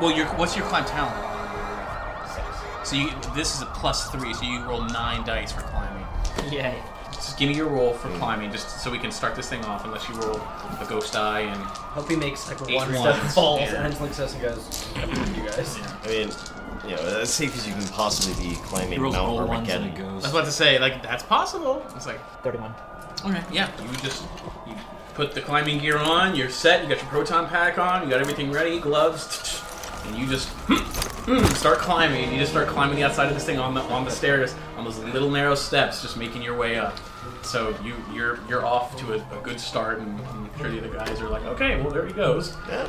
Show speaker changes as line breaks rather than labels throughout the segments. Well, your what's your climb talent? So you this is a plus three, so you roll nine dice for climbing.
Yay.
Just give me your roll for climbing, just so we can start this thing off. Unless you roll a ghost die and
Hope he makes like
Eight
one
ones,
stuff falls
yeah.
and then links us and goes, "I'm with you guys.
I mean, you know, as safe as you can possibly be climbing
Rolls
Mount
all ones and it
Armageddon.
I was
goes.
about to say like that's possible. It's like
31.
okay, yeah. You just you put the climbing gear on. You're set. You got your proton pack on. You got everything ready. Gloves. And you just mm, start climbing. You just start climbing the outside of this thing on the on the stairs, on those little narrow steps, just making your way up. So you you're you're off to a, a good start, and I'm sure the other guys are like, okay, well there he goes.
Yeah.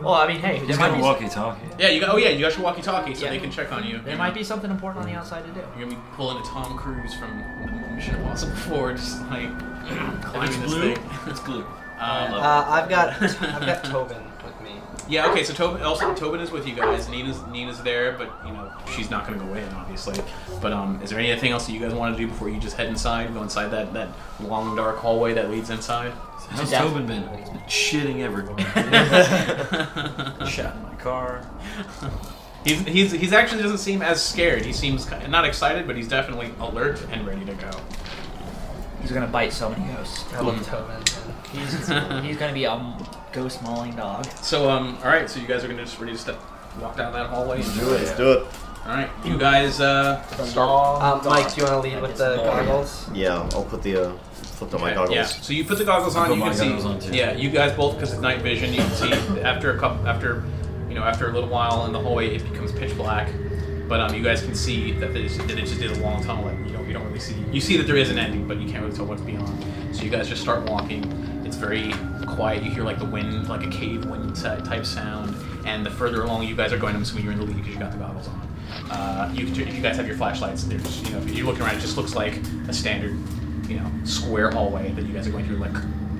Well, I mean, hey, there
He's
might,
got a
be,
walkie-talkie.
Yeah, you got. Oh yeah, you got your walkie-talkie, so
Yeah.
they can check on you.
there might be something important on the outside to do.
You're gonna be pulling a Tom Cruise from the Mission Impossible 4, just like
If it's
climbing this
blue,
thing.
it's blue.
Um,
Uh, I've got I've got Tobin with me.
yeah, okay. So Tobin, also Tobin is with you guys. Nina's Nina's there, but you know she's not gonna go in, obviously. But um, is there anything else that you guys want to do before you just head inside, go inside that that long dark hallway that leads inside?
How's
Yeah.
Tobin been? He's been shitting everywhere. Shot in my car.
He's he's he's actually doesn't seem as scared. He seems ki- not excited, but he's definitely alert and ready to go.
He's gonna bite so many ghosts. I love Tobin. He's he's gonna be a ghost mauling dog.
So um, all right. So you guys are gonna just ready to step walk down that hallway and do
Let's do it.
All right, you guys uh, start.
Um, Mike, do you want to lead with the goggles?
Yeah, I'll put the uh, flip on my goggles.
Yeah. So you put the goggles on.
Put
you
my
can see.
goggles on, too.
Yeah, you guys both because it's night vision. You can see after a couple after you know after a little while in the hallway it becomes pitch black. But um, you guys can see that it just, that it just is a long tunnel and you don't you don't really see. You see that there is an ending, but you can't really tell what's beyond. So you guys just start walking. It's very quiet. You hear like the wind, like a cave wind ty- type sound. And the further along you guys are going, I'm assuming you're in the lead because you got the goggles on. Uh, you, can- if you guys have your flashlights, there's you know if you're looking around, it just looks like a standard you know, square hallway that you guys are going through, like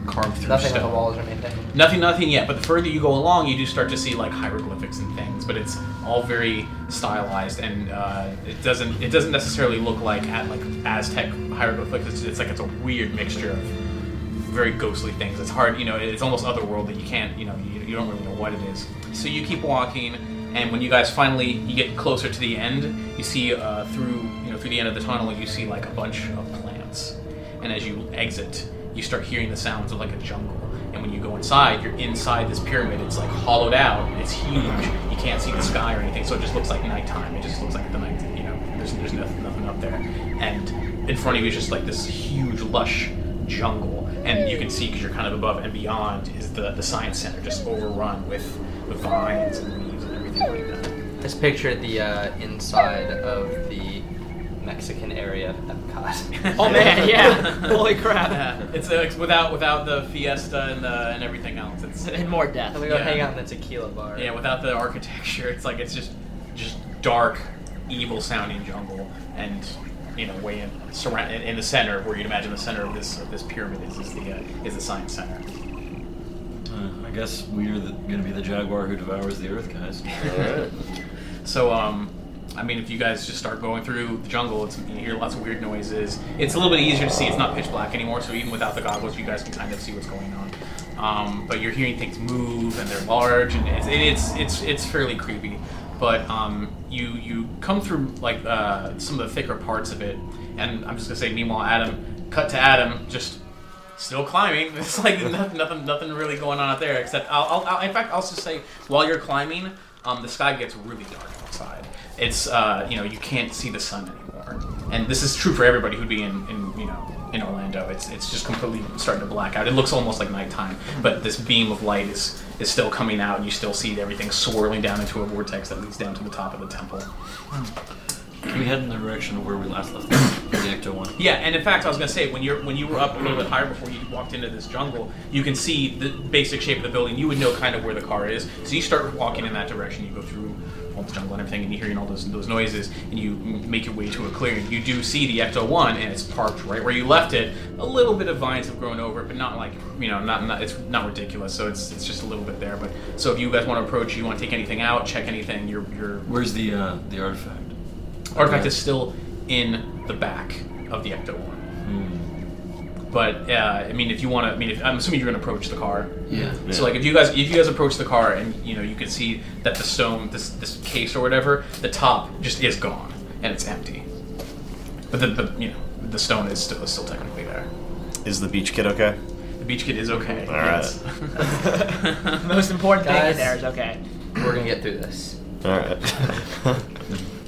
carved through
Nothing
stone.
on the walls or anything.
Nothing, nothing yet. But the further you go along, you do start to see like hieroglyphics and things. But it's all very stylized, and uh, it doesn't it doesn't necessarily look like at like Aztec hieroglyphics. It's, it's like it's a weird mixture of very ghostly things. It's hard, you know, it's almost otherworld that you can't, you know, you, you don't really know what it is. So you keep walking, and when you guys finally you get closer to the end, you see uh, through you know through the end of the tunnel, you see like a bunch of plants. And as you exit, you start hearing the sounds of like a jungle. And when you go inside, you're inside this pyramid. It's like hollowed out. It's huge. You can't see the sky or anything, so it just looks like nighttime. It just looks like the night, you know. There's, there's nothing, nothing up there. And in front of you is just like this huge, lush jungle, and you can see because you're kind of above and beyond is the, the science center just overrun with, with vines and leaves and everything like that.
Just picture the uh, inside of the Mexican area of Epcot.
Oh
man, yeah. Holy crap.
It's uh, it's without without the fiesta and the, and everything else. It's
and more death. I'm gonna go
Yeah.
hang out in the tequila bar.
yeah, without the architecture, it's like it's just just dark, evil sounding jungle, and you know, way in surround in, in the center where you'd imagine the center of this of this pyramid is is the uh, is the science center.
Uh, I guess we're the, gonna be the jaguar who devours the earth, guys.
Alright.
So, um, I mean, if you guys just start going through the jungle, it's, you hear lots of weird noises. It's a little bit easier to see. It's not pitch black anymore, so even without the goggles, you guys can kind of see what's going on. Um, but you're hearing things move, and they're large, and it's it's it's, it's fairly creepy. But um, you you come through like uh, some of the thicker parts of it, and I'm just gonna say, meanwhile, Adam, cut to Adam, just Still climbing. It's like nothing, nothing, nothing really going on out there. Except, I'll, I'll, I'll, in fact, I'll just say while you're climbing, um, the sky gets really dark outside. It's, uh, you know, you can't see the sun anymore, and this is true for everybody who'd be in, in you know, in Orlando. It's it's just completely starting to black out. It looks almost like nighttime, but this beam of light is is still coming out, and you still see everything swirling down into a vortex that leads down to the top of the temple.
Can we head in the direction of where we last left them? the Ecto one?
Yeah, and in fact, I was gonna say when you're when you were up a little bit higher before you walked into this jungle, you can see the basic shape of the building. You would know kind of where the car is, so you start walking in that direction. You go through all the jungle and everything, and you're hearing all those those noises, and you m- make your way to a clearing. You do see the Ecto One, and it's parked right where you left it. A little bit of vines have grown over it, but not like you know, not, not it's not ridiculous. So it's it's just a little bit there. But so if you guys want to approach, you want to take anything out, check anything, your your
Where's the uh, the artifact?
artifact is still in the back of the Ecto One.
Hmm.
But uh, I mean, if you want to, I mean, if, I'm assuming you're going to approach the car.
Yeah.
So like, if you guys, if you guys approach the car, and you know, you can see that the stone, this this case or whatever, the top just is gone and it's empty. But the, the you know the stone is still is still technically there.
Is the beach kid okay?
The beach kid is okay.
All right.
Most important thing
Guys.
in there is okay.
We're gonna get through this.
All right.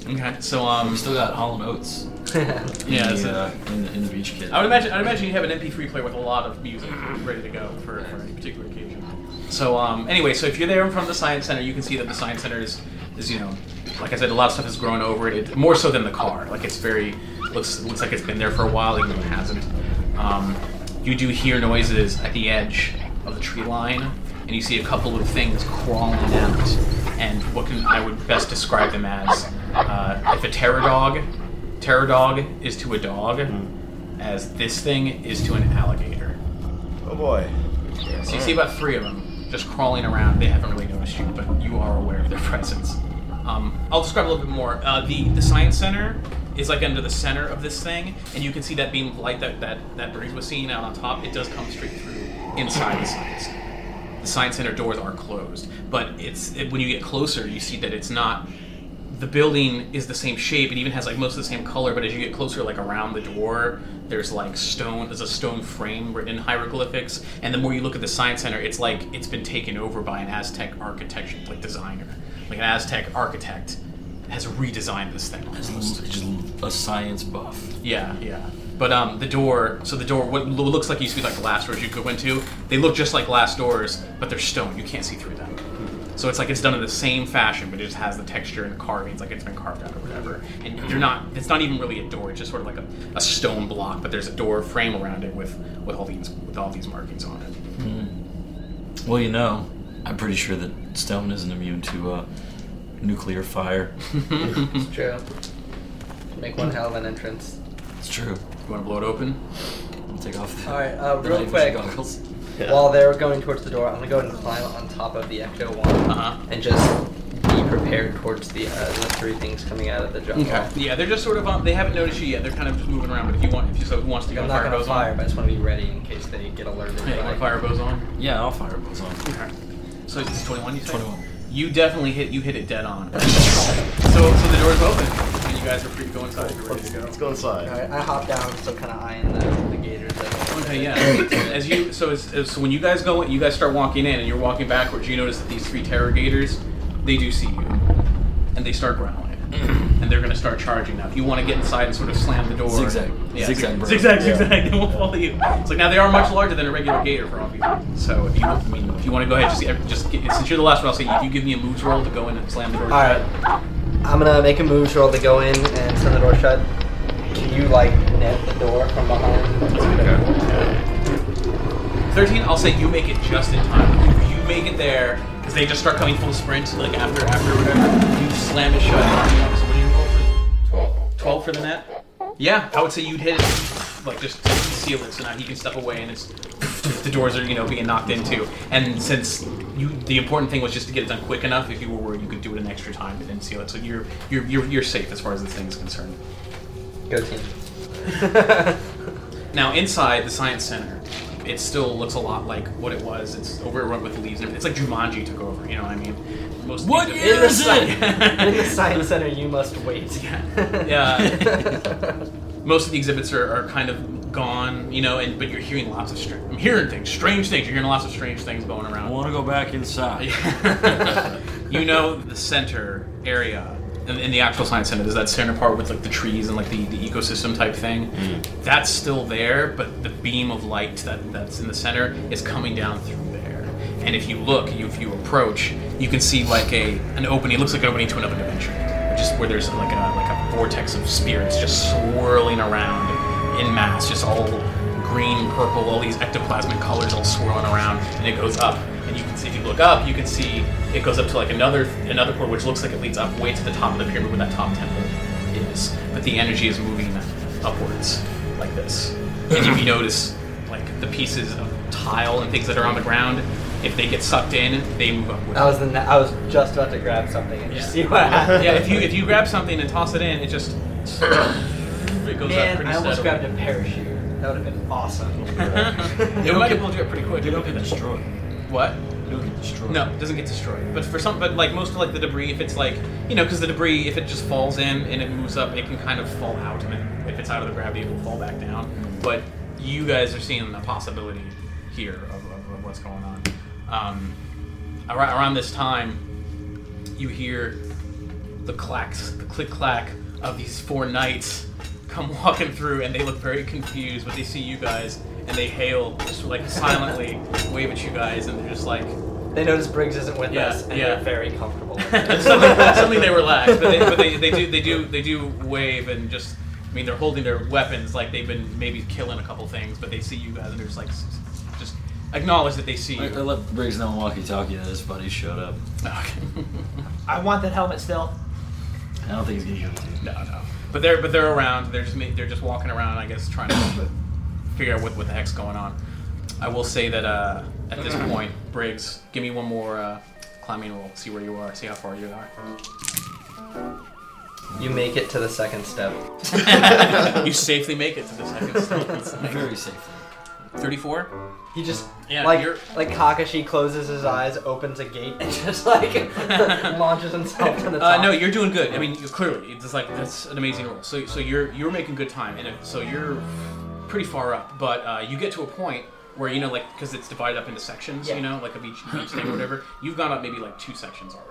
Okay. So um.
We still got Holland Oates. in
Yeah.
the,
so-
uh, in, the, in the beach kid.
I would imagine. I'd imagine you have an MP3 player with a lot of music ready to go for, for any particular occasion. So um, anyway, so if you're there in front of the science center, you can see that the science center is, is you know, like I said, a lot of stuff has grown over it. it more so than the car. Like it's very looks looks like it's been there for a while, even though it hasn't. Um, you do hear noises at the edge of the tree line, and you see a couple of things crawling out. And what can I would best describe them as? Uh, if a pterodog, pterodog is to a dog, as this thing is to an alligator.
oh boy.
So you
Hmm.
see about three of them just crawling around. They haven't really noticed you, but you are aware of their presence. Um, I'll describe a little bit more. Uh, the the science center is like under the center of this thing, and you can see that beam of light that that that Briggs was seeing out on top. It does come straight through inside the science center the science center doors are closed but it's it, when you get closer you see that it's not the building is the same shape it even has like most of the same color but as you get closer like around the door there's like stone there's a stone frame written in hieroglyphics and the more you look at the science center it's like it's been taken over by an aztec architecture like designer like an aztec architect has redesigned this thing
It's just- it's just a science buff.
yeah, yeah. But um, the door, so the door, what lo- looks like used to be like glass doors you go into, they look just like glass doors, but they're stone. You can't see through them.
Hmm.
So it's like it's done in the same fashion, but it just has the texture and carvings, like it's been carved out or whatever. And you're
Hmm.
not, it's not even really a door. It's just sort of like a, a stone block, but there's a door frame around it with with all these with all these markings on it.
Well, you know, I'm pretty sure that stone isn't immune to uh, nuclear fire.
Hmm.
It's true. Make one hell of an entrance.
It's true.
You want to blow it open?
I'll take off.
All right, uh,
the
real
night vision
quick.
Goggles.
While they're going towards the door, I'm gonna go ahead and climb on top of the Ecto One
Uh-huh.
and just be prepared towards the uh, the three things coming out of the jungle.
Yeah, they're just sort of um, they haven't noticed you yet. They're kind of just moving around. But if you want, if you so who wants to go,
I'm not
fire
gonna
goes
fire,
on.
but I just want to be ready in case they get alerted.
Yeah, you want
by-
to fire bows on?
Yeah, I'll fire bows on.
Okay. So it's 21, you say?
21.
You definitely hit, you hit it dead on. So, so the door's open, and you guys are free to go inside. You're ready to go.
Let's go
All
inside.
right, I hop down, still kind of eyeing the, the gators. that-
Okay, yeah. As you, so, as, as- so when you guys go, you guys start walking in, and you're walking backwards. You notice that these three terror gators, they do see you, and they start growling, and they're gonna start charging. Now, if you want to get inside and sort of slam the door,
Zigzag.
yeah,
Zigzag, bro.
zigzag, zigzag. They won't follow you. It's like now they are much larger than a regular gator for obvious reasons. So if you, I mean, if you want to go ahead, just just get, since you're the last one, I'll say if you give me a moves roll to go in and slam the door.
All right, I'm gonna make a move roll to go in and send the door shut. Can you like net the door from behind?
Thirteen. I'll say you make it just in time. You, you make it there because they just start coming full sprint. Like after after whatever, you slam it shut. So what do you roll for? Twelve. Twelve for the net. Yeah, I would say you'd hit it. Like just seal it so now he can step away and it's the doors are you know being knocked into. And since you, the important thing was just to get it done quick enough. If you were worried, you could do it an extra time but then seal it. So you're you're you're, you're safe as far as the thing's concerned.
Go team.
Now inside the science center, it still looks a lot like what it was. It's overrun with leaves. and everything. It's like Jumanji took over. You know what I mean? Most
What
things-
year is
In the science center, you must wait.
yeah. Most of the exhibits are, are kind of gone. You know, and but you're hearing lots of strange. I'm hearing things, strange things. You're hearing lots of strange things going
I
around.
want to go back inside.
you know the center area in, in the actual science center, there's that center part with like the trees and like the, the ecosystem type thing. That's still there, but the beam of light that, that's in the center is coming down through there. And if you look, you, if you approach, you can see like a an opening. It looks like an opening to another dimension, just where there's like a like a vortex of spirits just swirling around in mass, just all green, purple, all these ectoplasmic colors all swirling around, and it goes up. And you can see, if you look up, you can see it goes up to like another another portal, which looks like it leads up way to the top of the pyramid where that top temple is. But the energy is moving upwards like this. And if you notice, like the pieces of tile and things that are on the ground, if they get sucked in, they move upwards.
Oh.
I was in that, I was just about to grab something and just see what happened.
yeah, if you if you grab something and toss it in, it just it goes up
Man,
uh, pretty
I almost
steadily.
grabbed a parachute. That would have been awesome.
it might have pulled you up pretty quick.
They don't get destroyed.
What?
They don't get destroyed.
No, it doesn't get destroyed. But for some, but like most of like the debris, if it's like you know, because the debris, if it just falls in and it moves up, it can kind of fall out, and then if it's out of the gravity, it will fall back down. But you guys are seeing the possibility here of, of, of what's going on. Um, ar- around this time, you hear the clacks, the click clack of these four knights come walking through, and they look very confused, but they see you guys and they hail, just like silently wave at you guys, and they're just like.
They notice Briggs isn't with
Yeah,
us, and
yeah.
they're very comfortable.
suddenly, suddenly they relax, but, they, but they, they do they do they do wave and just I mean they're holding their weapons like they've been maybe killing a couple things, but they see you guys and they're just like s- s- just acknowledge that they see
I, I
you.
left Briggs on walkie-talkie that his buddy showed up.
Okay.
I want that helmet still.
I don't think he's gonna give it to you.
no, no. But they're but they're around. They're just ma- they're just walking around. I guess trying to figure out what what the heck's going on. I will say that uh, at this point, Briggs, give me one more uh, climbing roll. See where you are. See how far you are.
you make it to the second step.
you safely make it to the second step.
Very safe.
Thirty-four.
He just
Yeah,
like
you're-
like Kakashi closes his eyes, opens a gate, and just like launches himself to the top.
Uh, no, you're doing good. I mean, you clearly, it's just like that's an amazing roll. So, so you're you're making good time, and if, so you're pretty far up. But uh, you get to a point where you know, like, because it's divided up into sections,
Yeah.
you know, like of each, each thing or whatever. You've gone up maybe like two sections already.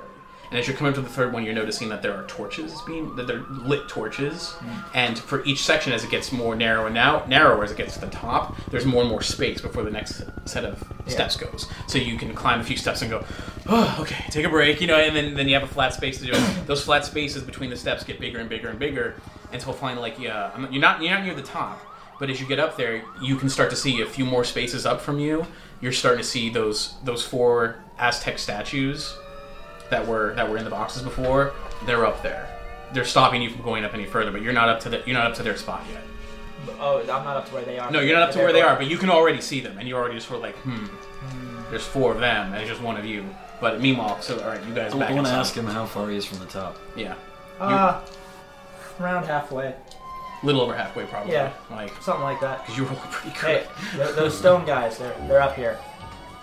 And as you're coming up to the third one, you're noticing that there are torches being that they're lit torches, and for each section, as it gets more narrow and now narrower as it gets to the top, there's more and more space before the next set of steps goes. So you can climb a few steps and go, oh, okay, take a break, you know, and then, then you have a flat space to do it. Those flat spaces between the steps get bigger and bigger and bigger until finally, like, yeah, I'm- you're not you're not near the top, but as you get up there, you can start to see a few more spaces up from you. You're starting to see those those four Aztec statues that were that were in the boxes before. They're up there. They're stopping you from going up any further, but you're not up to the, you're not up to their spot yet.
Oh, I'm not up to where they are.
No, you're not up to where they are, but you can already see them, and you're already just sort of like, hmm. There's four of them, and it's just one of you. But meanwhile, so all right, you guys
I,
back
want to
inside.
ask him how far he is from the top.
Yeah,
Ah, around halfway,
little over halfway probably.
Yeah.
like
something like that.
because you rolled pretty good.
Hey, th- those stone guys, they're they're up here.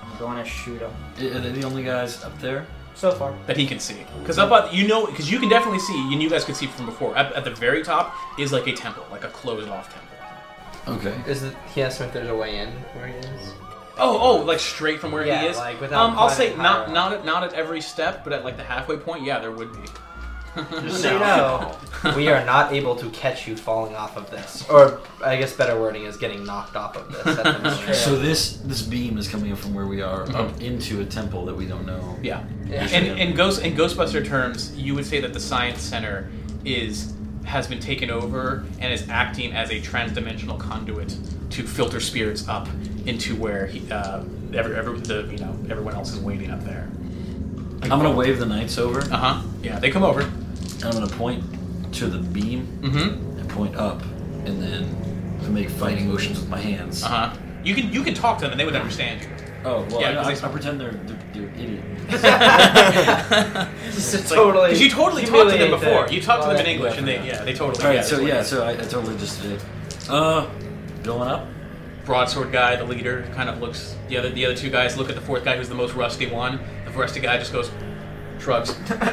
I'm going to shoot them.
I- Are they the only guys up there?
So far,
that he can see. Because up at you know, because you can definitely see, and you guys could see from before. Up at the very top is like a temple, like a closed off temple.
Okay.
Is it, he asked him if there's a way in where he is.
Oh, oh, like straight from where
Yeah,
he is.
like, without
um, I'll say
climbing
not
higher
not at, not at every step, but at like the halfway point, yeah, there would be.
Just so you know, we are not able to catch you falling off of this, or I guess better wording is getting knocked off of this. At the moment.
So this this beam is coming up from where we are up into a temple that we don't know.
Mm-hmm. Yeah.
Yeah.
And in Ghost in Ghostbuster terms, you would say that the science center is has been taken over and is acting as a transdimensional conduit to filter spirits up into where he, uh, every, every the you know everyone else is waiting up there.
I'm gonna wave the knights over.
Uh huh. Yeah, they come over.
And I'm gonna point to the beam
Mm-hmm.
and point up, and then I make fighting motions with my hands.
Uh huh. You can you can talk to them and they would understand you.
Oh well,
Yeah,
I-
'cause
I,
it's-
I pretend they're they're, they're idiot.
This is totally.
Because you totally talked to them
humiliate
before. You talked to them in
Alright.
English and they yeah they totally.
All right,
yeah,
so
that's what
yeah,
it is.
so I, I totally just did. Uh, going up.
broadsword guy, the leader, kind of looks the other the other two guys look at the fourth guy who's the most rusty one. The rusty guy just goes, shrugs, and,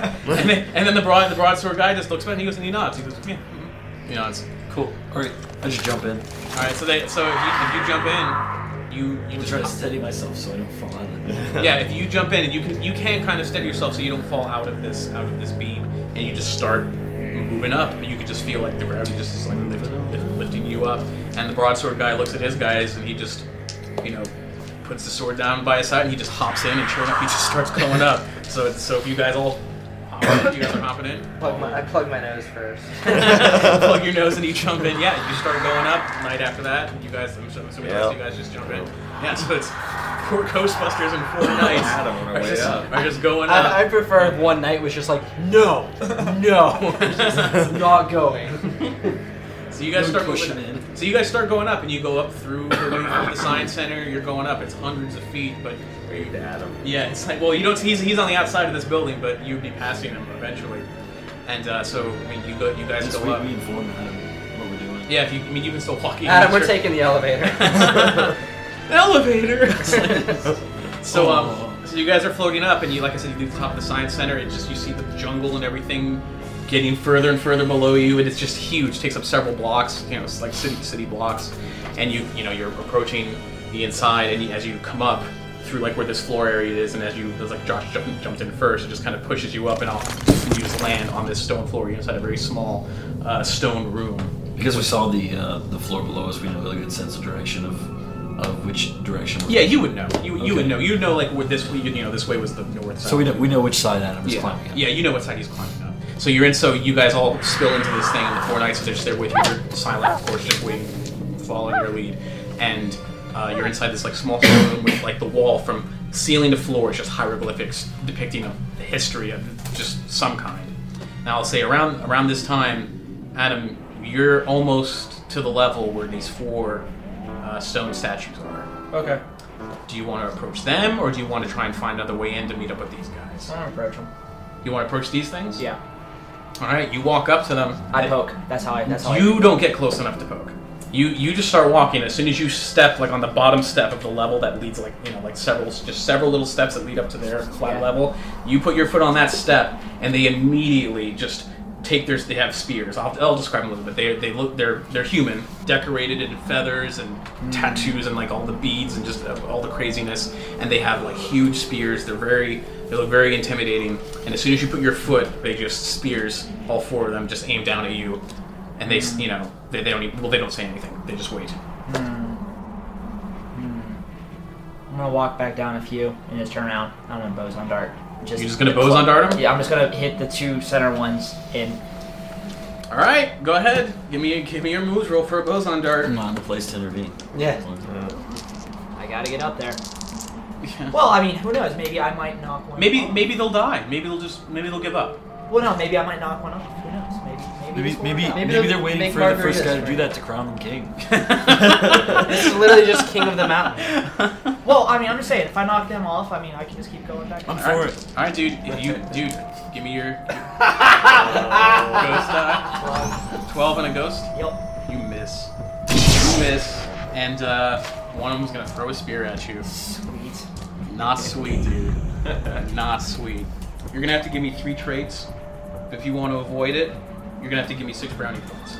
then, and then the broad the broadsword guy just looks at him and he goes and he nods. He goes, yeah, mhm." he nods. Cool.
All right, I just jump in.
All right, so they so if you, if you jump in, you you
I'm trying to steady myself so I don't fall out of it.
yeah, if you jump in and you can you can kind of steady yourself so you don't fall out of this out of this beam. and you just start moving up. And you could just feel like the gravity just is like lift, lift, lifting you up. And the broadsword guy looks at his guys, and he just, you know, puts the sword down by his side, and he just hops in, and sure enough, he just starts going up. So it's, so if you guys all hop in, you guys are hopping in.
Plug my, I plug my nose first.
plug your nose and you jump in. Yeah, you start going up. Night after that, you guys, I'm sure, assuming the rest of you
Yeah.
guys just jump in. Yeah, so it's four Ghostbusters and four nights
I don't wanna
are
wait
just,
up.
are just going up.
I, I prefer if one night was just like, no, no, not going.
So you guys
No
start
cushion
moving. So you guys start going up, and you go up through the, roof of the science center. You're going up. It's hundreds of feet, but
Adam.
yeah, it's like well, you don't. He's he's on the outside of this building, but you'd be passing him eventually. And uh, so I mean, you go, you guys
Just
go
we,
up.
we inform Adam what we're doing.
Yeah, if you, I mean, you can still walk in.
Adam, we're
sure.
taking the elevator.
elevator. so
Oh.
um, so you guys are floating up, and you like I said, you do the top of the science center. It just you see the jungle and everything getting further and further below you, and it's just huge. takes up several blocks, you know, it's like city city blocks, and you you know you're approaching the inside, and you, as you come up through like where this floor area is, and as you as like Josh jumped, jumped in first, it just kind of pushes you up, and off you just land on this stone floor. You're inside a very small uh, stone room.
Because we saw the uh, the floor below us, we know a good sense of direction of of which direction. We're
Yeah, you would know. You, you would
Okay.
know. You know, like where this you know this way was the north side.
So we know we know which side Adam is
yeah.
climbing. Up.
Yeah, you know what side he's climbing up. So you're in. So you guys all spill into this thing, and the four knights are just there with you. You're silent, of course, just waiting, following your lead, and uh, you're inside this like small stone room with like the wall from ceiling to floor is just hieroglyphics depicting a the history of just some kind. Now I'll say around around this time, Adam, you're almost to the level where these four uh, stone statues are.
Okay.
Do you want to approach them, or do you want to try and find another way in to meet up with these guys?
I'm gonna approach him.
You want to approach these things?
Yeah.
All right. You walk up to them.
I poke. Oh, That's how I. That's how
You don't get close enough to poke. You you just start walking. As soon as you step like on the bottom step of the level that leads like you know like several just several little steps that lead up to their flat
Yeah.
level, you put your foot on that step, and they immediately just take their they have spears. I'll, I'll describe them a little bit. They they look they're they're human, decorated in feathers and tattoos and like all the beads and just uh, all the craziness. And they have like huge spears. They're very they look very intimidating. And as soon as you put your foot, they just spears all four of them just aim down at you and they, s you know, they, they don't even, well, they don't say anything. They just wait.
I, am gonna walk back down a few and just turn around. I'm gonna bows on dart. Just
You're just gonna bows on dart 'em?
Yeah, I'm just gonna hit the two center ones and
All right, go ahead. Give me, give me your moves. Roll for a boson dart.
I'm not the place to intervene.
yeah.
I gotta get up there. Well, I mean, who knows? Maybe I might knock one.
Maybe,
off.
maybe they'll die. Maybe they'll just, maybe they'll give up.
Well, no, maybe I might knock one off. Who knows? Maybe. Maybe.
Maybe
this will work
maybe
out.
maybe,
they'll
they're waiting
make
for the first
margaritas
guy to
for
do
you.
that to crown them king.
This is literally just king of the mountain.
Well, I mean, I'm just saying, if I knock them off, I mean, I can just keep going back.
I'm
up.
All
for
right,
it.
all right, dude. If you, dude, give me your ghost die. Twelve and a ghost.
Yep.
You miss. You miss, and uh, one of them's gonna throw a spear at you.
Sweet.
Not sweet, dude. Not sweet. You're gonna have to give me three traits. If you want to avoid it, you're gonna have to give me six brownie points.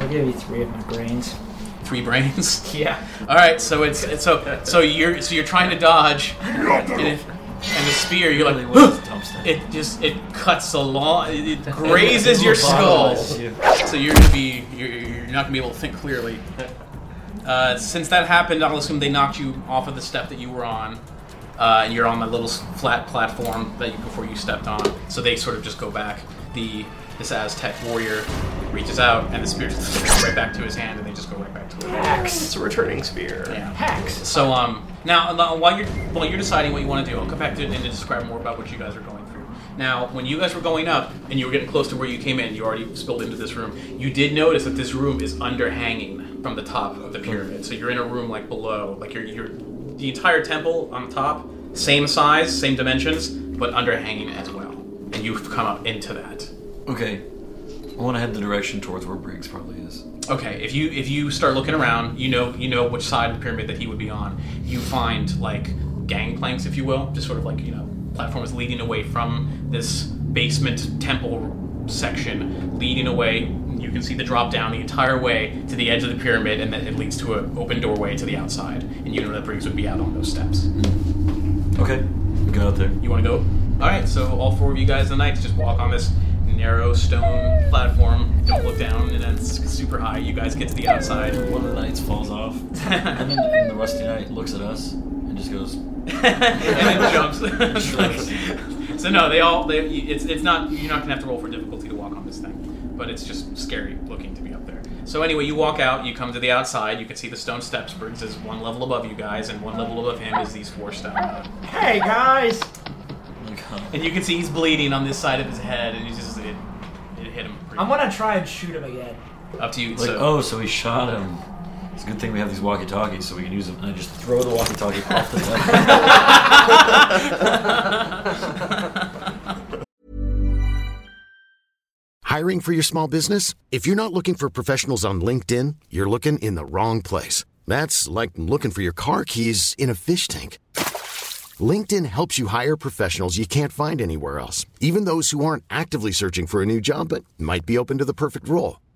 I'll give you three of my brains.
Three brains.
Yeah.
All right, so it's, it's so so you're so you're trying to dodge, and, it- and the spear you're
Really was
like,
dumpster.
it just it cuts along, it it grazes your skull.
Lobotomizes you.
So you're gonna be you're, you're not gonna be able to think clearly. Uh, since that happened, I'll assume they knocked you off of the step that you were on, uh, and you're on that little s- flat platform that you, before you stepped on. So they sort of just go back. The this Aztec warrior reaches out, and the spear just goes right back to his hand, and they just go right back to it.
It's a returning spear.
Yeah.
Hacks.
So um, now now, while you're while you're deciding what you want to do, I'll come back to it and describe more about what you guys are going through. Now, when you guys were going up and you were getting close to where you came in, you already spilled into this room. You did notice that this room is underhanging from the top of the pyramid. So you're in a room like below, like you're, you're the entire temple on top, same size, same dimensions, but underhanging as well. And you've come up into that.
Okay, I want to head the direction towards where Briggs probably is.
Okay, if you if you start looking around, you know you know which side of the pyramid that he would be on. You find like gangplanks, if you will, just sort of like you know platforms leading away from this basement temple section, leading away. You can see the drop down the entire way to the edge of the pyramid, and then it leads to an open doorway to the outside. And you know that Briggs would be out on those steps.
Okay, go out there.
You want to go? All right, so all four of you guys and knights just walk on this narrow stone platform. Don't look down, and then it's super high. You guys get to the outside.
One of the knights falls off, and then and the rusty knight looks at us and just goes,
and it jumps. It's like- so no, they all. They, it's it's not. You're not gonna have to roll for difficulty to walk on this thing, but it's just scary looking to be up there. So anyway, you walk out. You come to the outside. You can see the stone steps. Briggs is one level above you guys, and one level above him is these four stone. uh,
Hey guys!
like, huh.
And you can see he's bleeding on this side of his head, and he's just it, it hit him. Pretty
I'm gonna try and shoot him again.
up to you.
like,
so.
oh, so he shot him. It's a good thing we have these walkie-talkies so we can use them. And I just throw the walkie-talkie off the knight.
Hiring for your small business? If you're not looking for professionals on LinkedIn, you're looking in the wrong place. That's like looking for your car keys in a fish tank. LinkedIn helps you hire professionals you can't find anywhere else, even those who aren't actively searching for a new job but might be open to the perfect role.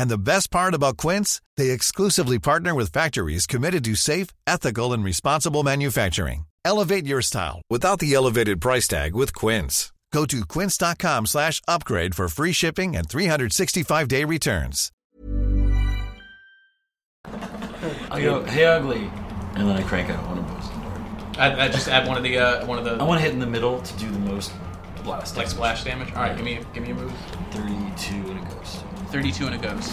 And the best part about Quince, they exclusively partner with factories committed to safe, ethical, and responsible manufacturing. Elevate your style without the elevated price tag with Quince. Go to quince.com slash upgrade for free shipping and 365-day returns.
I go, hey, ugly. And then I crank out one of those.
I, I just add one of the uh, one of the
oh. I want to hit in the middle to do the most blast.
like splash damage. All right, give me give me a move.
32 and a ghost.
32 and it goes.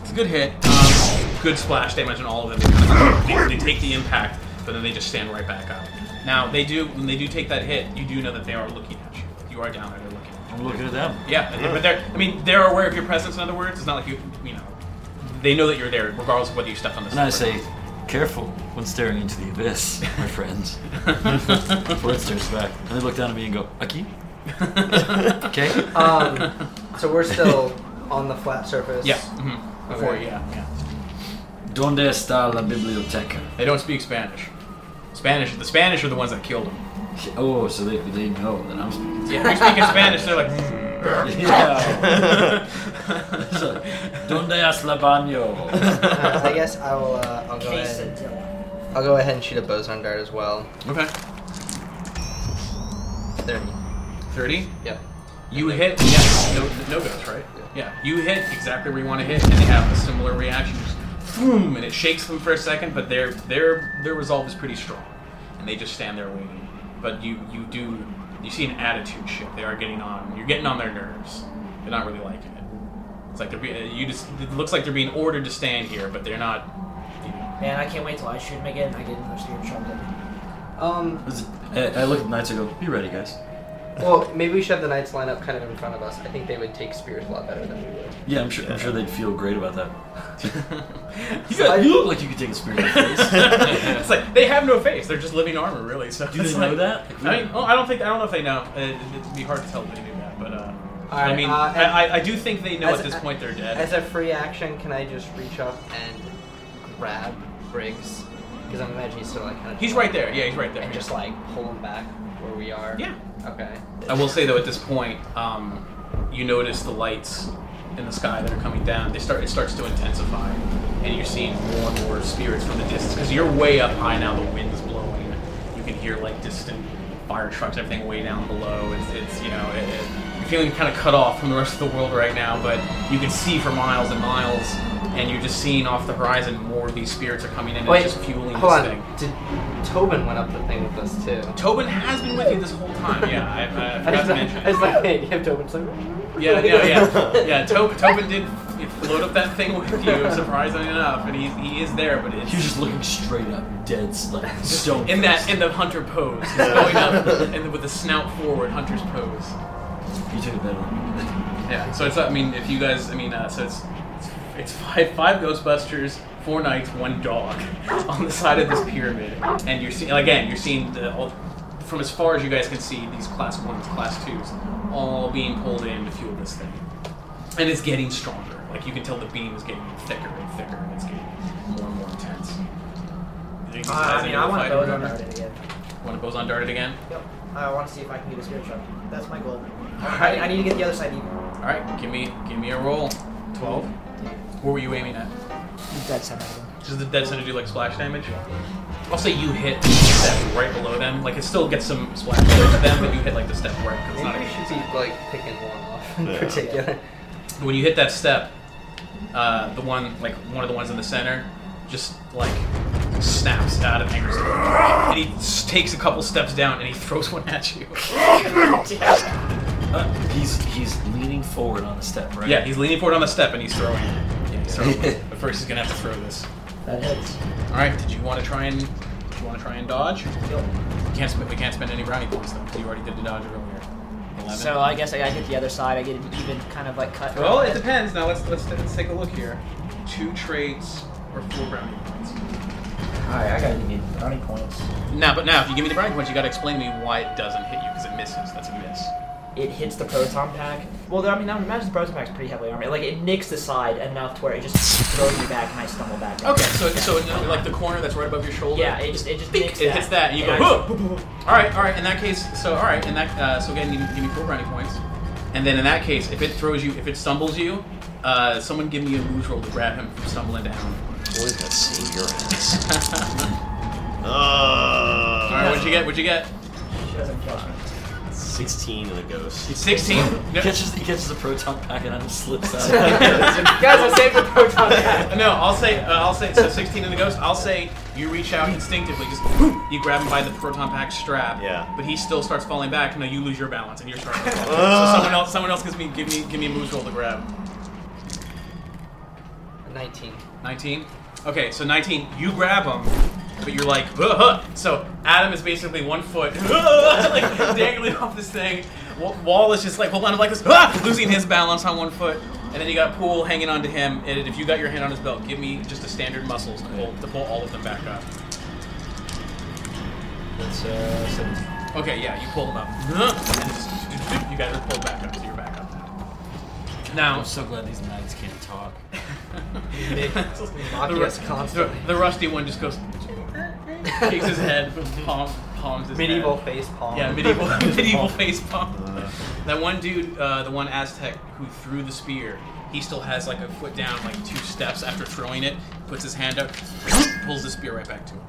It's a good hit. Um, good splash damage on all of them. They, kind of, they, they take the impact, but then they just stand right back up. Now they do when they do take that hit, you do know that they are looking at you. You are down there. They're looking. At
I'm looking at them.
you. Yeah, and they- but they're. I mean, they're aware of your presence. In other words, it's not like you. You know, they know that you're there, regardless of whether you stepped on the.
And I say, careful when staring into the abyss, my friends. Before it stares back. And they look down at me and go, Aki? okay?
Um, so we're still on the flat surface.
Yeah. mhm, Before
Okay.
yeah, yeah.
Donde está la biblioteca?
They don't speak Spanish. Spanish. The Spanish are the ones that killed him.
Oh, so they, they know that I'm speaking.
Yeah, if you speak in Spanish, they're like. "Hmm."
Yeah. So, Donde es la baño?
Uh, I guess I will. Uh, I'll go ahead. I'll go ahead and shoot a boson dart as well.
Okay.
Thirty.
30? Yep. You hit, yes, no, no goes, right? Yeah. You hit exactly where you want to hit, and they have a similar reaction. Just boom, and it shakes them for a second, but their their their resolve is pretty strong, and they just stand there waiting. But you you do you see an attitude shift. They are getting on. You're getting on their nerves. They're not really liking it. It's like they're be, uh, you just it looks like they're being ordered to stand here, but they're not. You know,
Man, I can't wait till I shoot him again. I get another scare trouble.
Um.
I, I look at the knights and go, be ready, guys.
Well, maybe we should have the knights line up kind of in front of us. I think they would take spears a lot better than we would.
Yeah, I'm sure, I'm sure they'd feel great about that. you, got, you look like you could take a spear in the face.
it's like they have no face. They're just living armor, really. So
Do
it's
they
like,
know that?
I mean, well, I don't think I don't know if they know. Uh, It, it, it'd be hard to tell if they knew that, but uh, I
right,
mean,
uh,
I,
and-
I, I do think they know
As
at this
a-
point they're dead.
As a free action, can I just reach up and grab Briggs? Because I'm imagining he's still like kind of.
he's right there. Yeah, he's right there.
And
yeah.
just like pull him back where we are.
Yeah.
Okay.
I will say though, at this point, um, you notice the lights in the sky that are coming down. They start. It starts to intensify, and you're seeing more and more spirits from the distance because you're way up high now. The wind's blowing. You can hear like distant fire trucks, everything way down below. It's, it's you know, it, it, you're feeling kind of cut off from the rest of the world right now, but you can see for miles and miles, and you're just seeing off the horizon more of these spirits are coming in and
Wait.
just fueling
hold
this thing.
on. Did Tobin went up the thing with us too?
Tobin has been with you this whole time. Yeah, I, I
I
forgot
just,
to mention.
I just like if Tobin's like.
Yeah, yeah, yeah, yeah. To- Tobin did float up that thing with you, surprisingly enough, and he, he is there, but
He was
it's
just looking straight up, dead, like stone.
in that in the hunter pose. He's going up and with the snout forward, hunter's pose.
you took a bet on me.
Yeah. So it's I mean, if you guys, I mean, uh, so it's it's, it's five five Ghostbusters, four knights, one dog on the side of this pyramid, and you're seeing again, you're seeing the all, from as far as you guys can see, these class ones, class twos, all being pulled in to fuel this thing, and it's getting stronger. Like you can tell the beam is getting thicker and thicker, and it's getting more and more intense.
Uh, I mean, I want to
to
go on it again.
Want to Bozon darted again?
Yep. I want to see if I can get a spirit shot. That's my goal. I, I need to get the other side even.
All right, give me give me a roll. Twelve. What were you aiming at?
Dead center.
Does the dead center do like splash damage? I'll say you hit the step right below them. Like it still gets some splash damage to them, but you hit like the step right. 'cause It's not
Maybe we
a,
should be like picking one off in
Yeah.
particular.
when you hit that step, uh, the one like one of the ones in the center just like snaps out of anger, and he s- takes a couple steps down and he throws one at you.
Uh, he's he's leaning forward on the step, right?
Yeah, he's leaning forward on the step and he's throwing. Yeah, he's throwing. one. but first, he's gonna have to throw this.
That hits.
All right. Did you want to try and did you want to try and dodge?
Yep.
We can't spend, we can't spend any brownie points though. 'cause You already did the dodge earlier. Eleven.
So I guess I gotta hit the other side. I get an even kind of like cut.
well, it depends. Now let's, let's let's take a look here. Two traits or four brownie points.
Alright, I gotta get brownie points.
Now, but now if you give me the brownie points, you got to explain to me why it doesn't hit you because it misses. That's a miss.
It hits the proton pack. Well, I mean, I imagine the proton pack's pretty heavily armored. Like, it nicks the side enough to where it just throws me back and I stumble back.
Okay. So so in, like the corner that's right above your shoulder.
Yeah, it just it just nicks
It hits that, and you go.
I
"Whoa!" All right, all right. In that case, so all right. In that, uh, so again, you give me four brownie points, and then in that case, if it throws you, if it stumbles you, uh, someone give me a moves roll to grab him from stumbling down.
Boy, that's save your ass. uh,
All right, what'd you get? What'd you get?
She doesn't catch me.
16 and a ghost.
Sixteen.
He
No,
catches, he catches the proton pack and then slips out.
Guys, I saved the proton pack.
no, I'll say, uh, I'll say. So sixteen in the ghost. I'll say you reach out instinctively, just you grab him by the proton pack strap.
Yeah.
But he still starts falling back. No, you lose your balance, and you're starting. To fall back. so someone else, someone else gives me, give me, give me a moves roll to grab.
Nineteen.
19. Okay, so 19, you grab him, but you're like, "Ugh." so Adam is basically one foot, like dangling off this thing. Wa- Wall is just like, hold on, I'm like this, "Ah!" losing his balance on one foot. And then you got Pool hanging onto him. And if you got your hand on his belt, give me just a standard muscles to pull, to pull all of them back up.
That's uh, seven.
Okay, yeah, you pull them up. And it's just- you guys are pulled back up, so you're back up now. Now,
I'm so glad these knights can't talk.
Mocking
The-
us
The,
constantly.
the rusty one just goes, shakes his head, palm, palms his
Medieval
head.
face palm.
Yeah, medieval, medieval face palm. That one dude, uh, the one Aztec who threw the spear, he still has like a foot down, like two steps after throwing it, puts his hand up, pulls the spear right back to him.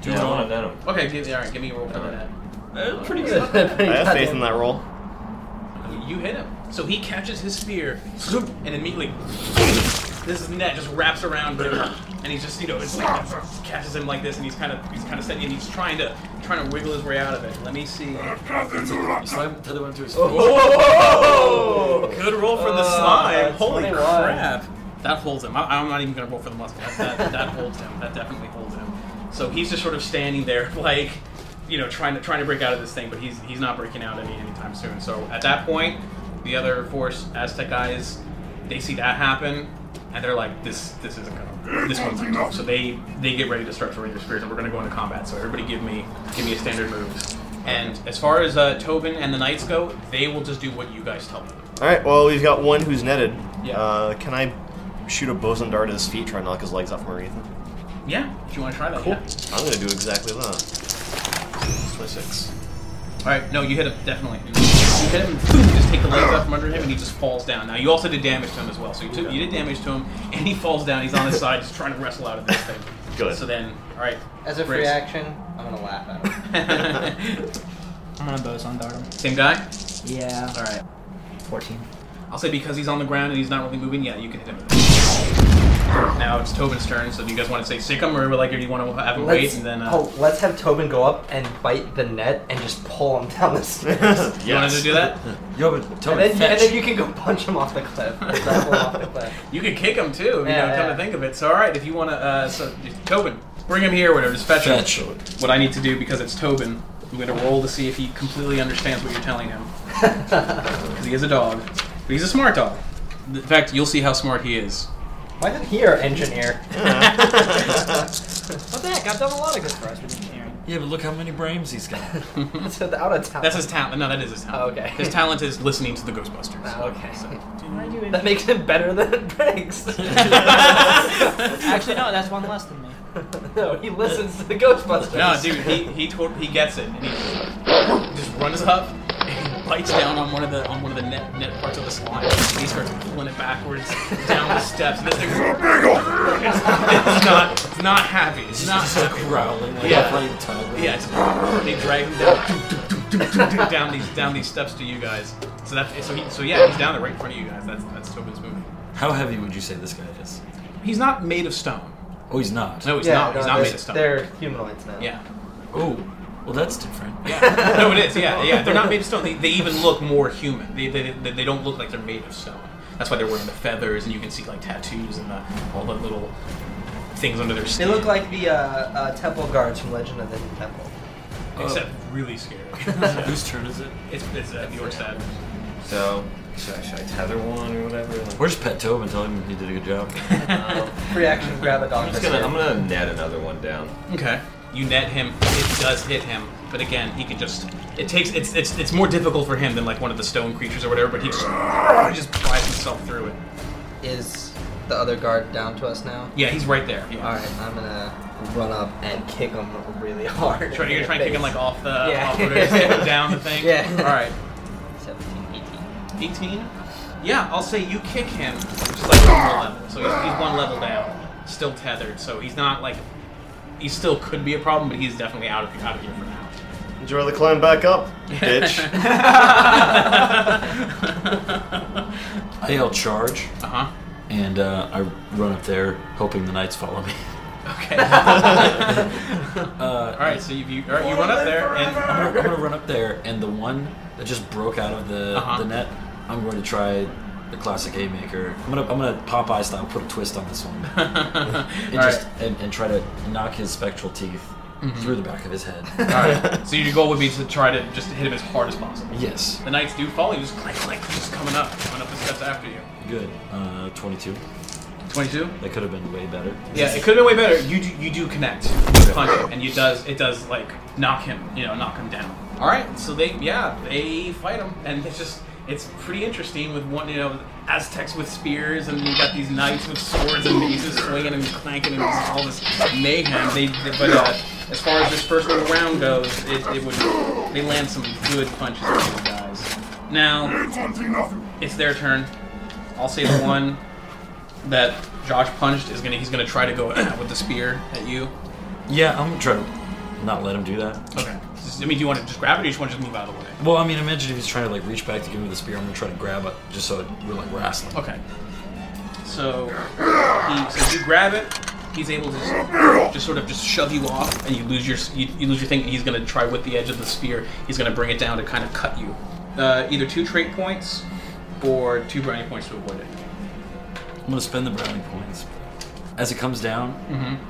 Do it on that.
Okay, give, all right, give me a roll for that.
pretty good.
I have faith in that roll.
You hit him. So he catches his spear and immediately this net just wraps around him and he's just you know it's like, catches him like this and he's kind of he's kind of steady and he's trying to trying to wiggle his way out of it. Let me see.
Slam the other one to his
Oh, Whoa! Good roll for the slime.
that's
Holy
21.
crap! That holds him. I, I'm not even gonna roll for the muscle. That, that, that holds him. That definitely holds him. So he's just sort of standing there, like, you know, trying to trying to break out of this thing, but he's he's not breaking out any anytime soon. So at that point, the other force Aztec guys, they see that happen, and they're like, this this isn't gonna. This one's not gonna. So they they get ready to start throwing their spears, and we're gonna go into combat. So everybody, give me give me a standard moves. And as far as uh, Tobin and the Knights go, they will just do what you guys tell them.
Alright, well, we've got one who's netted.
Yeah.
Uh, can I shoot a boson dart at his feet, try and knock his legs off from underneath him?
Yeah, if you want to try that.
Cool.
yeah.
I'm gonna do exactly that. 26.
All right, no, you hit him definitely. You hit him, and boom, you just take the legs out from under him, and he just falls down. Now you also did damage to him as well, so you, took, you did damage to him, and he falls down. He's on his side, just trying to wrestle out of this thing.
Good.
So then, all right.
As a free
Briggs.
action, I'm gonna laugh at him.
I'm gonna boson dart him.
Same guy.
Yeah.
All right.
14.
I'll say because he's on the ground and he's not really moving yet, you can hit him. Now it's Tobin's turn. So do you guys want to say sick him, or like, do you want to have him wait and then? Uh,
oh, let's have Tobin go up and bite the net and just pull him down the stairs.
You want to do that?
Yo, but
and,
Tony,
then, and
fetch.
then you can go punch him off the cliff. Grapple off the cliff.
You could kick him too. you
Yeah,
know, come
yeah.
to think of it. So all right, if you want to, uh, so Tobin, bring him here. Whatever, just fetch,
Fetch.
him. What I need to do because it's Tobin, I'm going to roll to see if he completely understands what you're telling him. Because he is a dog, but he's a smart dog. In fact, you'll see how smart he is.
Why didn't he, our engineer?
What the heck? I've done a lot of good for us with engineering.
Yeah, but look how many brains he's got.
It's out of town.
That's his talent. No, that is his talent.
Oh, Okay. Oh,
His talent is listening to the Ghostbusters.
okay.
Why do
That
it-
makes him better than Briggs.
Actually, no, that's one less than me.
no, he listens to the Ghostbusters.
No, dude, he he tot- he gets it. And he just, just runs up and bites down on one of the on one of the net net parts of the slime. And he starts pulling it backwards down the steps. And this thing's it's, it's not it's not happy. It's
He's
not
just like
happy.
growling like
Yeah.
a flying tub.
Yeah, it's, they drag him down down these down these steps to you guys. So that so he so yeah he's down there right in front of you guys. That's that's Tobin's movie.
How heavy would you say this guy is?
He's not made of stone.
Oh, he's not.
No, he's
yeah,
not.
no,
he's not
they're-
made of stone.
They're humanoids now.
Yeah.
Oh, well, that's different.
Yeah. No, it is. Yeah, yeah. They're not made of stone. They, they even look more human. They, they, they, they don't look like they're made of stone. That's why they're wearing the feathers, and you can see like tattoos and the, all the little things under their
They
skin.
look like the uh, uh, temple guards from Legend of the Hidden Temple.
except really scary.
Whose turn is it?
it's it's uh, your side.
So, should I, should I tether one or whatever? Like,
Where's Pet Tobin? Tell him he did a good job.
Free action, grab a dog.
I'm just gonna, I'm gonna net another one down.
Okay. You net him. It does hit him, but again, he can just. It takes. It's it's it's more difficult for him than like one of the stone creatures or whatever. But he just he just drives himself through it.
Is the other guard down to us now?
Yeah, he's right there. Yeah.
All right, I'm gonna run up and kick him really hard.
Try, you're trying to kick him like off the
Yeah.
off the, just hit him down the thing.
Yeah.
All right.
17, 18.
18? Yeah, I'll say you kick him, just like one level. So he's, he's one level down, still tethered. So he's not like he still could be a problem, but he's definitely out of out of here for now.
Would you rather climb back up, bitch?
I yell charge,
Uh huh.
and uh, I run up there, hoping the knights follow me.
Okay. all right. So you you, all right, you run up there and
I'm gonna, I'm gonna run up there, and the one that just broke out of the,
Uh-huh.
the net, I'm going to try the classic A maker. I'm gonna I'm gonna Popeye style put a twist on this one, and just and, and try to knock his spectral teeth
Mm-hmm.
through the back of his head.
all right. So your goal would be to try to just hit him as hard as possible.
yes,
The knights do follow you, just clank, clank, just coming up, coming up the steps after you.
good. Uh, 22.
Twenty-two.
That could have been way better.
Yeah, it could have been way better. You do, you do connect, you punch him, and you does it does like knock him, you know, knock him down. All right, so they yeah they fight him, and it's just it's pretty interesting with one you know Aztecs with spears, and you got these knights with swords, and he's just swinging and clanking and all this mayhem. They, they- but uh, as far as this first little round goes, it, it would they land some good punches on these guys. Now it's their turn. I'll say the one that Josh punched is gonna he's gonna try to go with the spear at you.
Yeah, I'm gonna try to not let him do that.
Okay. I mean, do you want to just grab it, or do you want to just move out of the way?
Well, I mean, imagine if he's trying to like reach back to give me the spear. I'm gonna try to grab it just so it, we're like wrestling.
Okay. So he so you grab it. He's able to just, just sort of just shove you off, and you lose your you, you lose your thing. And he's gonna try with the edge of the spear. He's gonna bring it down to kind of cut you. Uh, either two trait points or two brownie points to avoid it.
I'm gonna spend the brownie points. As it comes down,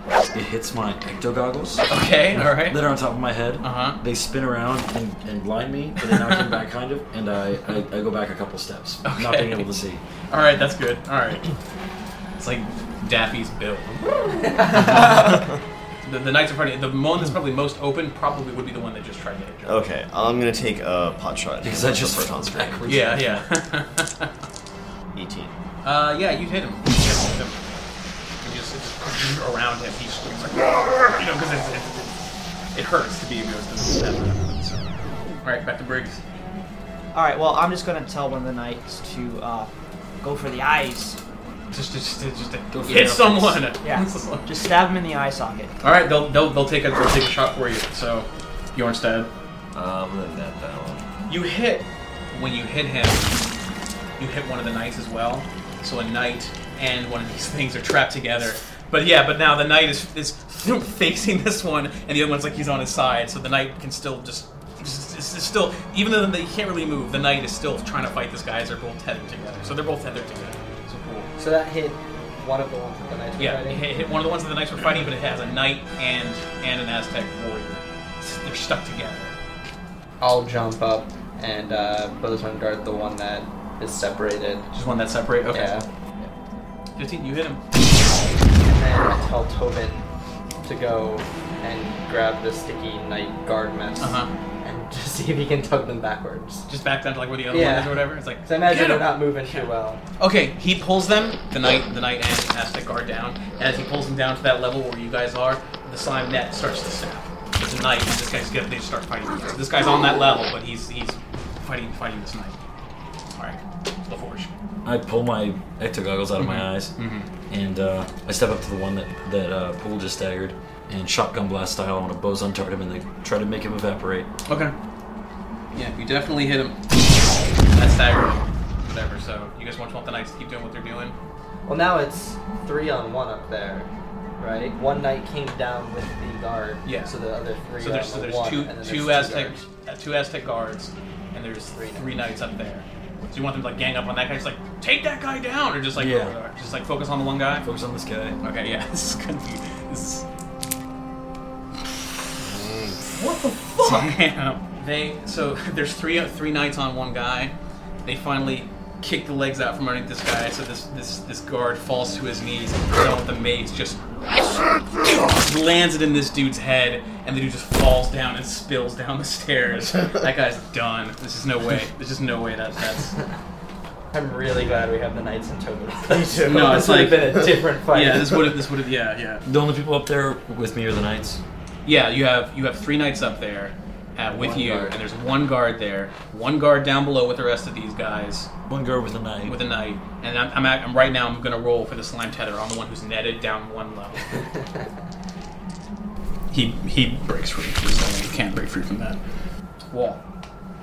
it hits my ecto goggles
Okay. Mm-hmm. All right.
that are on top of my head.
Uh-huh.
They spin around and, and blind me, and they knock me back kind of, and I, I, I go back a couple steps, not
Okay.
being able to see.
All right. That's good. All right. It's like Daffy's bill. the, the knights are probably the one that's probably most open. Probably would be the one that just tried to hit you.
okay, I'm gonna take a pot shot.
Because I just
First
fell
on screen.
backwards.
Yeah, yeah.
18.
uh, yeah, you hit him. You just hit him. You just, it's just around him. He's screams like, "Argh!" you know, because it, it, it hurts to be exposed to this. That so. All right, back to Briggs.
All right. Well, I'm just gonna tell one of the knights to uh, go for the eyes.
Just, just, just, just
Go for
hit
the
someone.
Yeah. just stab him in the eye socket.
All right, they'll, they'll, they'll take a, they'll take a shot for you. So, you're instead.
Uh, I'm gonna net that one.
You hit when you hit him. You hit one of the knights as well. So a knight and one of these things are trapped together. But yeah, but now the knight is is facing this one, and the other one's like he's on his side. So the knight can still just. It's it's still, even though they can't really move, the knight is still trying to fight this guy as they're both tethered together. So they're both tethered together. So cool.
So that hit one of the ones that the knights were
Yeah, it
fighting.
hit, hit one of the ones that the knights were fighting, but it has a knight and and an Aztec warrior. They're stuck together.
I'll jump up and uh, boson guard the one that is separated.
Just one that separate. Okay.
Yeah.
15, you hit him.
And then I tell Tobin to go and grab the sticky night guard mess
Uh-huh.
and just see if he can tug them backwards.
Just back down to like where the other
Yeah.
one is or whatever. It's like
Because I imagine
"Get
they're
'em!"
not moving too well.
Okay, he pulls them. The knight, the knight, and Aztec guard down. As he pulls them down to that level where you guys are, the slime net starts to snap. It's a knight. And this guy's good. They start fighting. This guy's on that level, but he's he's fighting fighting this knight. All right, the forge.
I pull my ecto goggles out
Mm-hmm.
of my eyes, and uh, I step up to the one that that uh, Pool just staggered, and shotgun blast style, I want to boson tart him and like try to make him evaporate.
Okay. Yeah, you definitely hit him. That's staggered. Whatever. So you guys want to want the knights to keep doing what they're doing?
Well, now it's three on one up there, right? One knight came down with the guard.
Yeah.
So the other three.
So there's
are
so
on the
there's
one,
two
and then
two
there's
Aztec
guards.
uh, two Aztec guards, and there's three three knights up there. So you want them to like gang up on that guy? Just like take that guy down, or just like
Yeah.
or just like focus on the one guy.
Focus on this guy.
Okay, yeah, this is gonna be this. Is... What the fuck? They so there's three three knights on one guy. They finally kick the legs out from underneath this guy, so this this this guard falls to his knees and down with the mace just lands it in this dude's head, and the dude just falls down and spills down the stairs. that guy's done. This is no way. There's just no way that that's.
I'm really glad we have the knights in total. too.
No,
this
it's
would have
like-
been a different fight.
Yeah, this would have. This would have. Yeah, yeah.
The only people up there with me are the knights.
Yeah, you have you have three knights up there uh, with you, and there's one guard there, one guard down below with the rest of these guys
One girl with a knife.
with a knight, and I'm, I'm, at, I'm right now I'm gonna roll for the slime tether on the one who's netted down one level. he he breaks free. He's only, can't break free from that wall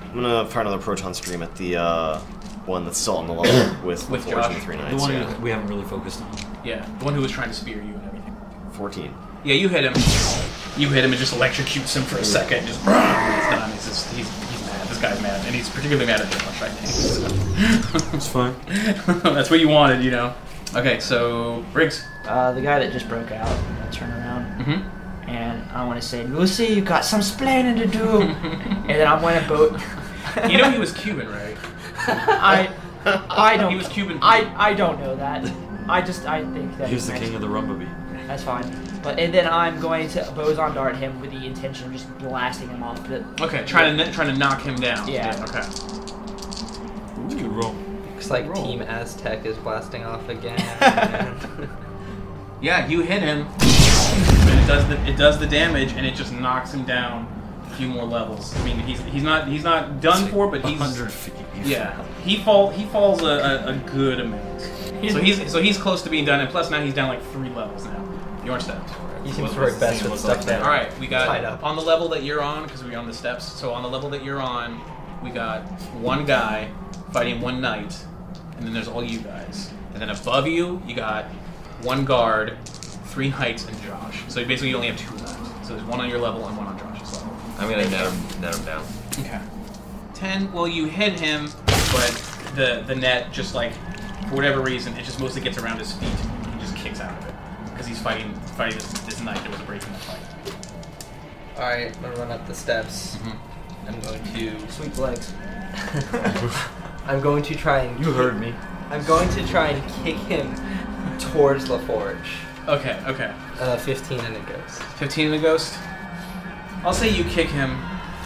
I'm gonna fire another proton stream at the uh, one that's still on the level with
With
the forge and
Josh.
three
the
knights.
one
yeah.
we haven't really focused on.
Yeah, the one who was trying to spear you and everything.
Fourteen.
Yeah, you hit him. You hit him and just electrocutes him for a second. Just he's done. He's just he's, he's mad. This guy's mad, and he's particularly mad at Josh right now.
It's fine.
That's what you wanted, you know. Okay, so Briggs.
Uh, the guy that just broke out, I turn around
Mm-hmm.
and I want to say, Lucy, you got some splaining to do. and then I'm gonna boat.
You know he was Cuban, right?
I, I don't.
He was Cuban.
I, I don't know that. I just I think that
He was the king of the rumba beat.
That's fine. But and then I'm going to boson dart him with the intention of just blasting him off the.
Okay, trying to trying to knock him down.
Yeah.
okay.
Ooh, roll.
Looks like Team Aztec is blasting off again.
Yeah, you hit him. And it does the it does the damage, and it just knocks him down a few more levels. I mean, he's he's not he's not done for, but he's
100 feet.
yeah he fall he falls a, a, a good amount. So he's so he's close to being done, and plus now he's down like three levels now. You're stepped.
he seems to work best with stuff that.
All right, we got
Tied up.
on the level that you're on because we're on the steps. So on the level that you're on, we got one guy fighting one knight, and then there's all you guys. And then above you, you got one guard, three knights, and Josh. So basically, you only have two left. So there's one on your level and one on Josh's level.
I'm gonna net him, net him down.
Okay. Ten. Well, you hit him, but the the net just like for whatever reason, it just mostly gets around his feet. He just kicks out of it because he's fighting fighting this, this knight that was breaking the fight.
All right, I'm gonna run up the steps.
Mm-hmm.
I'm going to sweep legs. I'm going to try and
You heard me.
I'm going to try and kick him towards LaForge.
Okay. Okay.
Uh, 15 and it goes.
15 in the ghost. I'll say you kick him,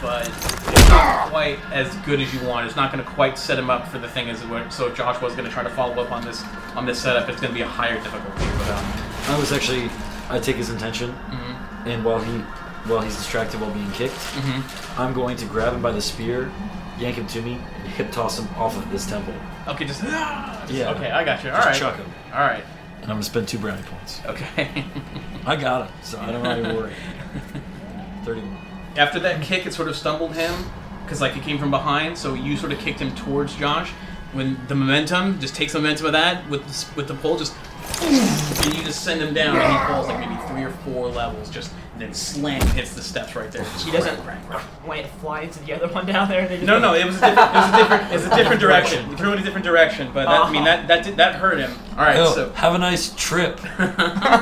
but it's not quite as good as you want. It's not going to quite set him up for the thing as it would. So if Josh was going to try to follow up on this on this setup, it's going to be a higher difficulty. But um,
I was actually. I take his intention, and while he, while he's distracted while being kicked, I'm going to grab him by the spear, yank him to me, and hip toss him off of this temple.
okay, just, ah, just-
Yeah.
Okay, I got you. All
Just
right.
chuck him.
All right.
And I'm gonna spend two brownie points.
Okay.
I got it, so I don't have to worry. 31.
After that kick, it sort of stumbled him because like it came from behind. So you sort of kicked him towards Josh. When the momentum just takes the momentum of that with the, s- with the pull, just and you just send him down, and he falls like maybe three or four levels. Just and then slam hits the steps right there. Just
He doesn't
crack, crack, crack.
wait fly into the other one down there.
No, no, it was a different, it was a different, it was a different direction. He threw it in a different direction, but that, I mean that that did, that hurt him. All right,
Oh,
so
have a nice trip.
all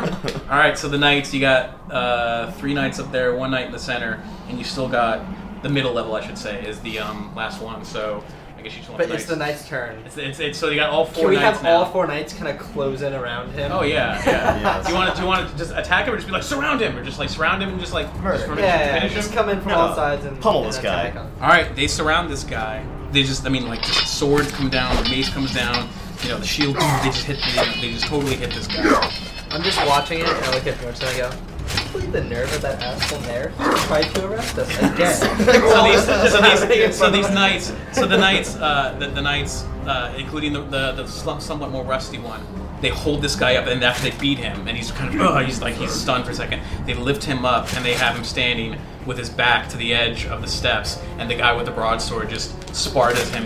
right, so the knights you got uh, three knights up there, one knight in the center, and you still got the middle level, I should say, is the um, last one. So I guess you just want
But
the
it's the
knights.
knight's turn.
It's, it's, it's so you got all four
Can we
knights
have
now.
all four knights kind of close in around him?
Oh yeah, yeah.
Yeah.
Do you want to do you want to just attack him or just be like surround him or just like surround him and just like murder? Just
Yeah,
finish,
yeah,
finish
just
him?
come in from
No,
all sides and
pummel
and
this
attack
guy.
him.
All right, they surround this guy. They just, I mean, like, just swords come down, the mace comes down, you know, the shield. They just hit, they, they just totally hit this guy.
I'm just watching it and I look at Bjornsson and I go, "Can't believe the nerve of that asshole there. He tried to arrest us again.
So these,
so
so these, so these knights, so the knights, uh, the, the knights, uh, including the, the, the sl- somewhat more rusty one, they hold this guy up, and after they beat him, and he's kind of, uh, he's like, he's stunned for a second. They lift him up, and they have him standing with his back to the edge of the steps, and the guy with the broadsword just spartas him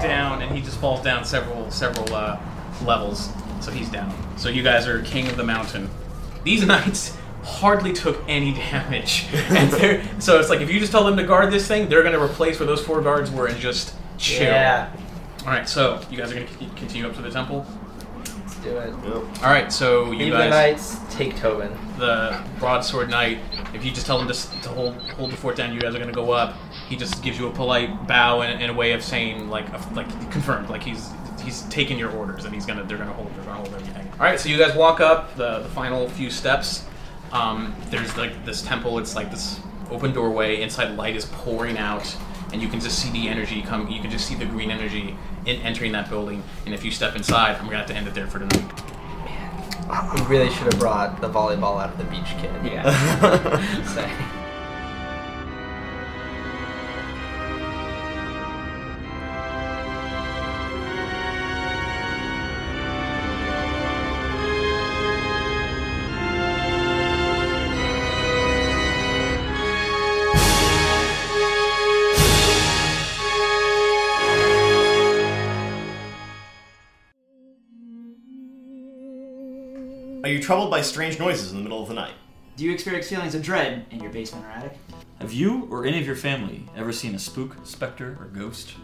down, and he just falls down several several uh, levels. So he's down. So you guys are king of the mountain. These knights hardly took any damage, and they're, so it's like if you just tell them to guard this thing, they're going to replace where those four guards were and just chill.
Yeah,
All right. So you guys are going to continue up to the temple.
let's do it.
All right. So you
Leave the
guys
knights, take Tobin.
the broadsword knight. If you just tell him to, s- to hold hold the fort down, you guys are gonna go up. He just gives you a polite bow and, and a way of saying like of- like confirmed, like he's he's taken your orders and he's gonna they're gonna hold they're gonna hold everything. All right, so you guys walk up the the final few steps. Um, there's like this temple. It's like this open doorway. Inside light is pouring out, and you can just see the energy come. You can just see the green energy in entering that building. And if you step inside, I'm gonna have to end it there for tonight.
We really should have brought the volleyball out of the beach kid.
Yeah.
Are you troubled by strange noises in the middle of the night?
Do you experience feelings of dread in your basement or attic?
Have you or any of your family ever seen a spook, specter, or ghost?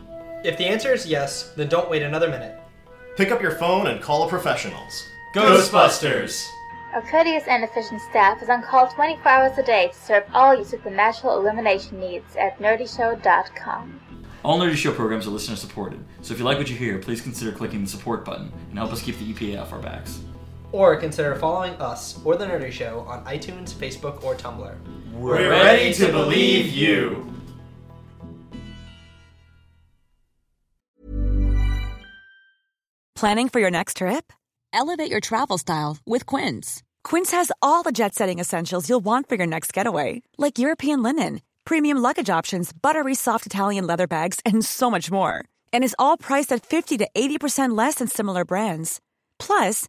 If the answer is yes, then don't wait another minute.
Pick up your phone and call a professionals.
Ghostbusters!
Our courteous and efficient staff is on call 24 hours a day to serve all your supernatural illumination needs at nerdyshow.com.
All Nerdy Show programs are listener supported, so if you like what you hear, please consider clicking the support button and help us keep the EPA off our backs.
Or consider following us or The Nerdy Show on iTunes, Facebook, or Tumblr.
We're
ready to believe
you!
Planning for your next trip? Elevate your travel style with Quince. Quince has all the jet setting essentials you'll want for your next getaway, like European linen, premium luggage options, buttery soft Italian leather bags, and so much more. And is all priced at 50 to 80% less than similar brands. Plus,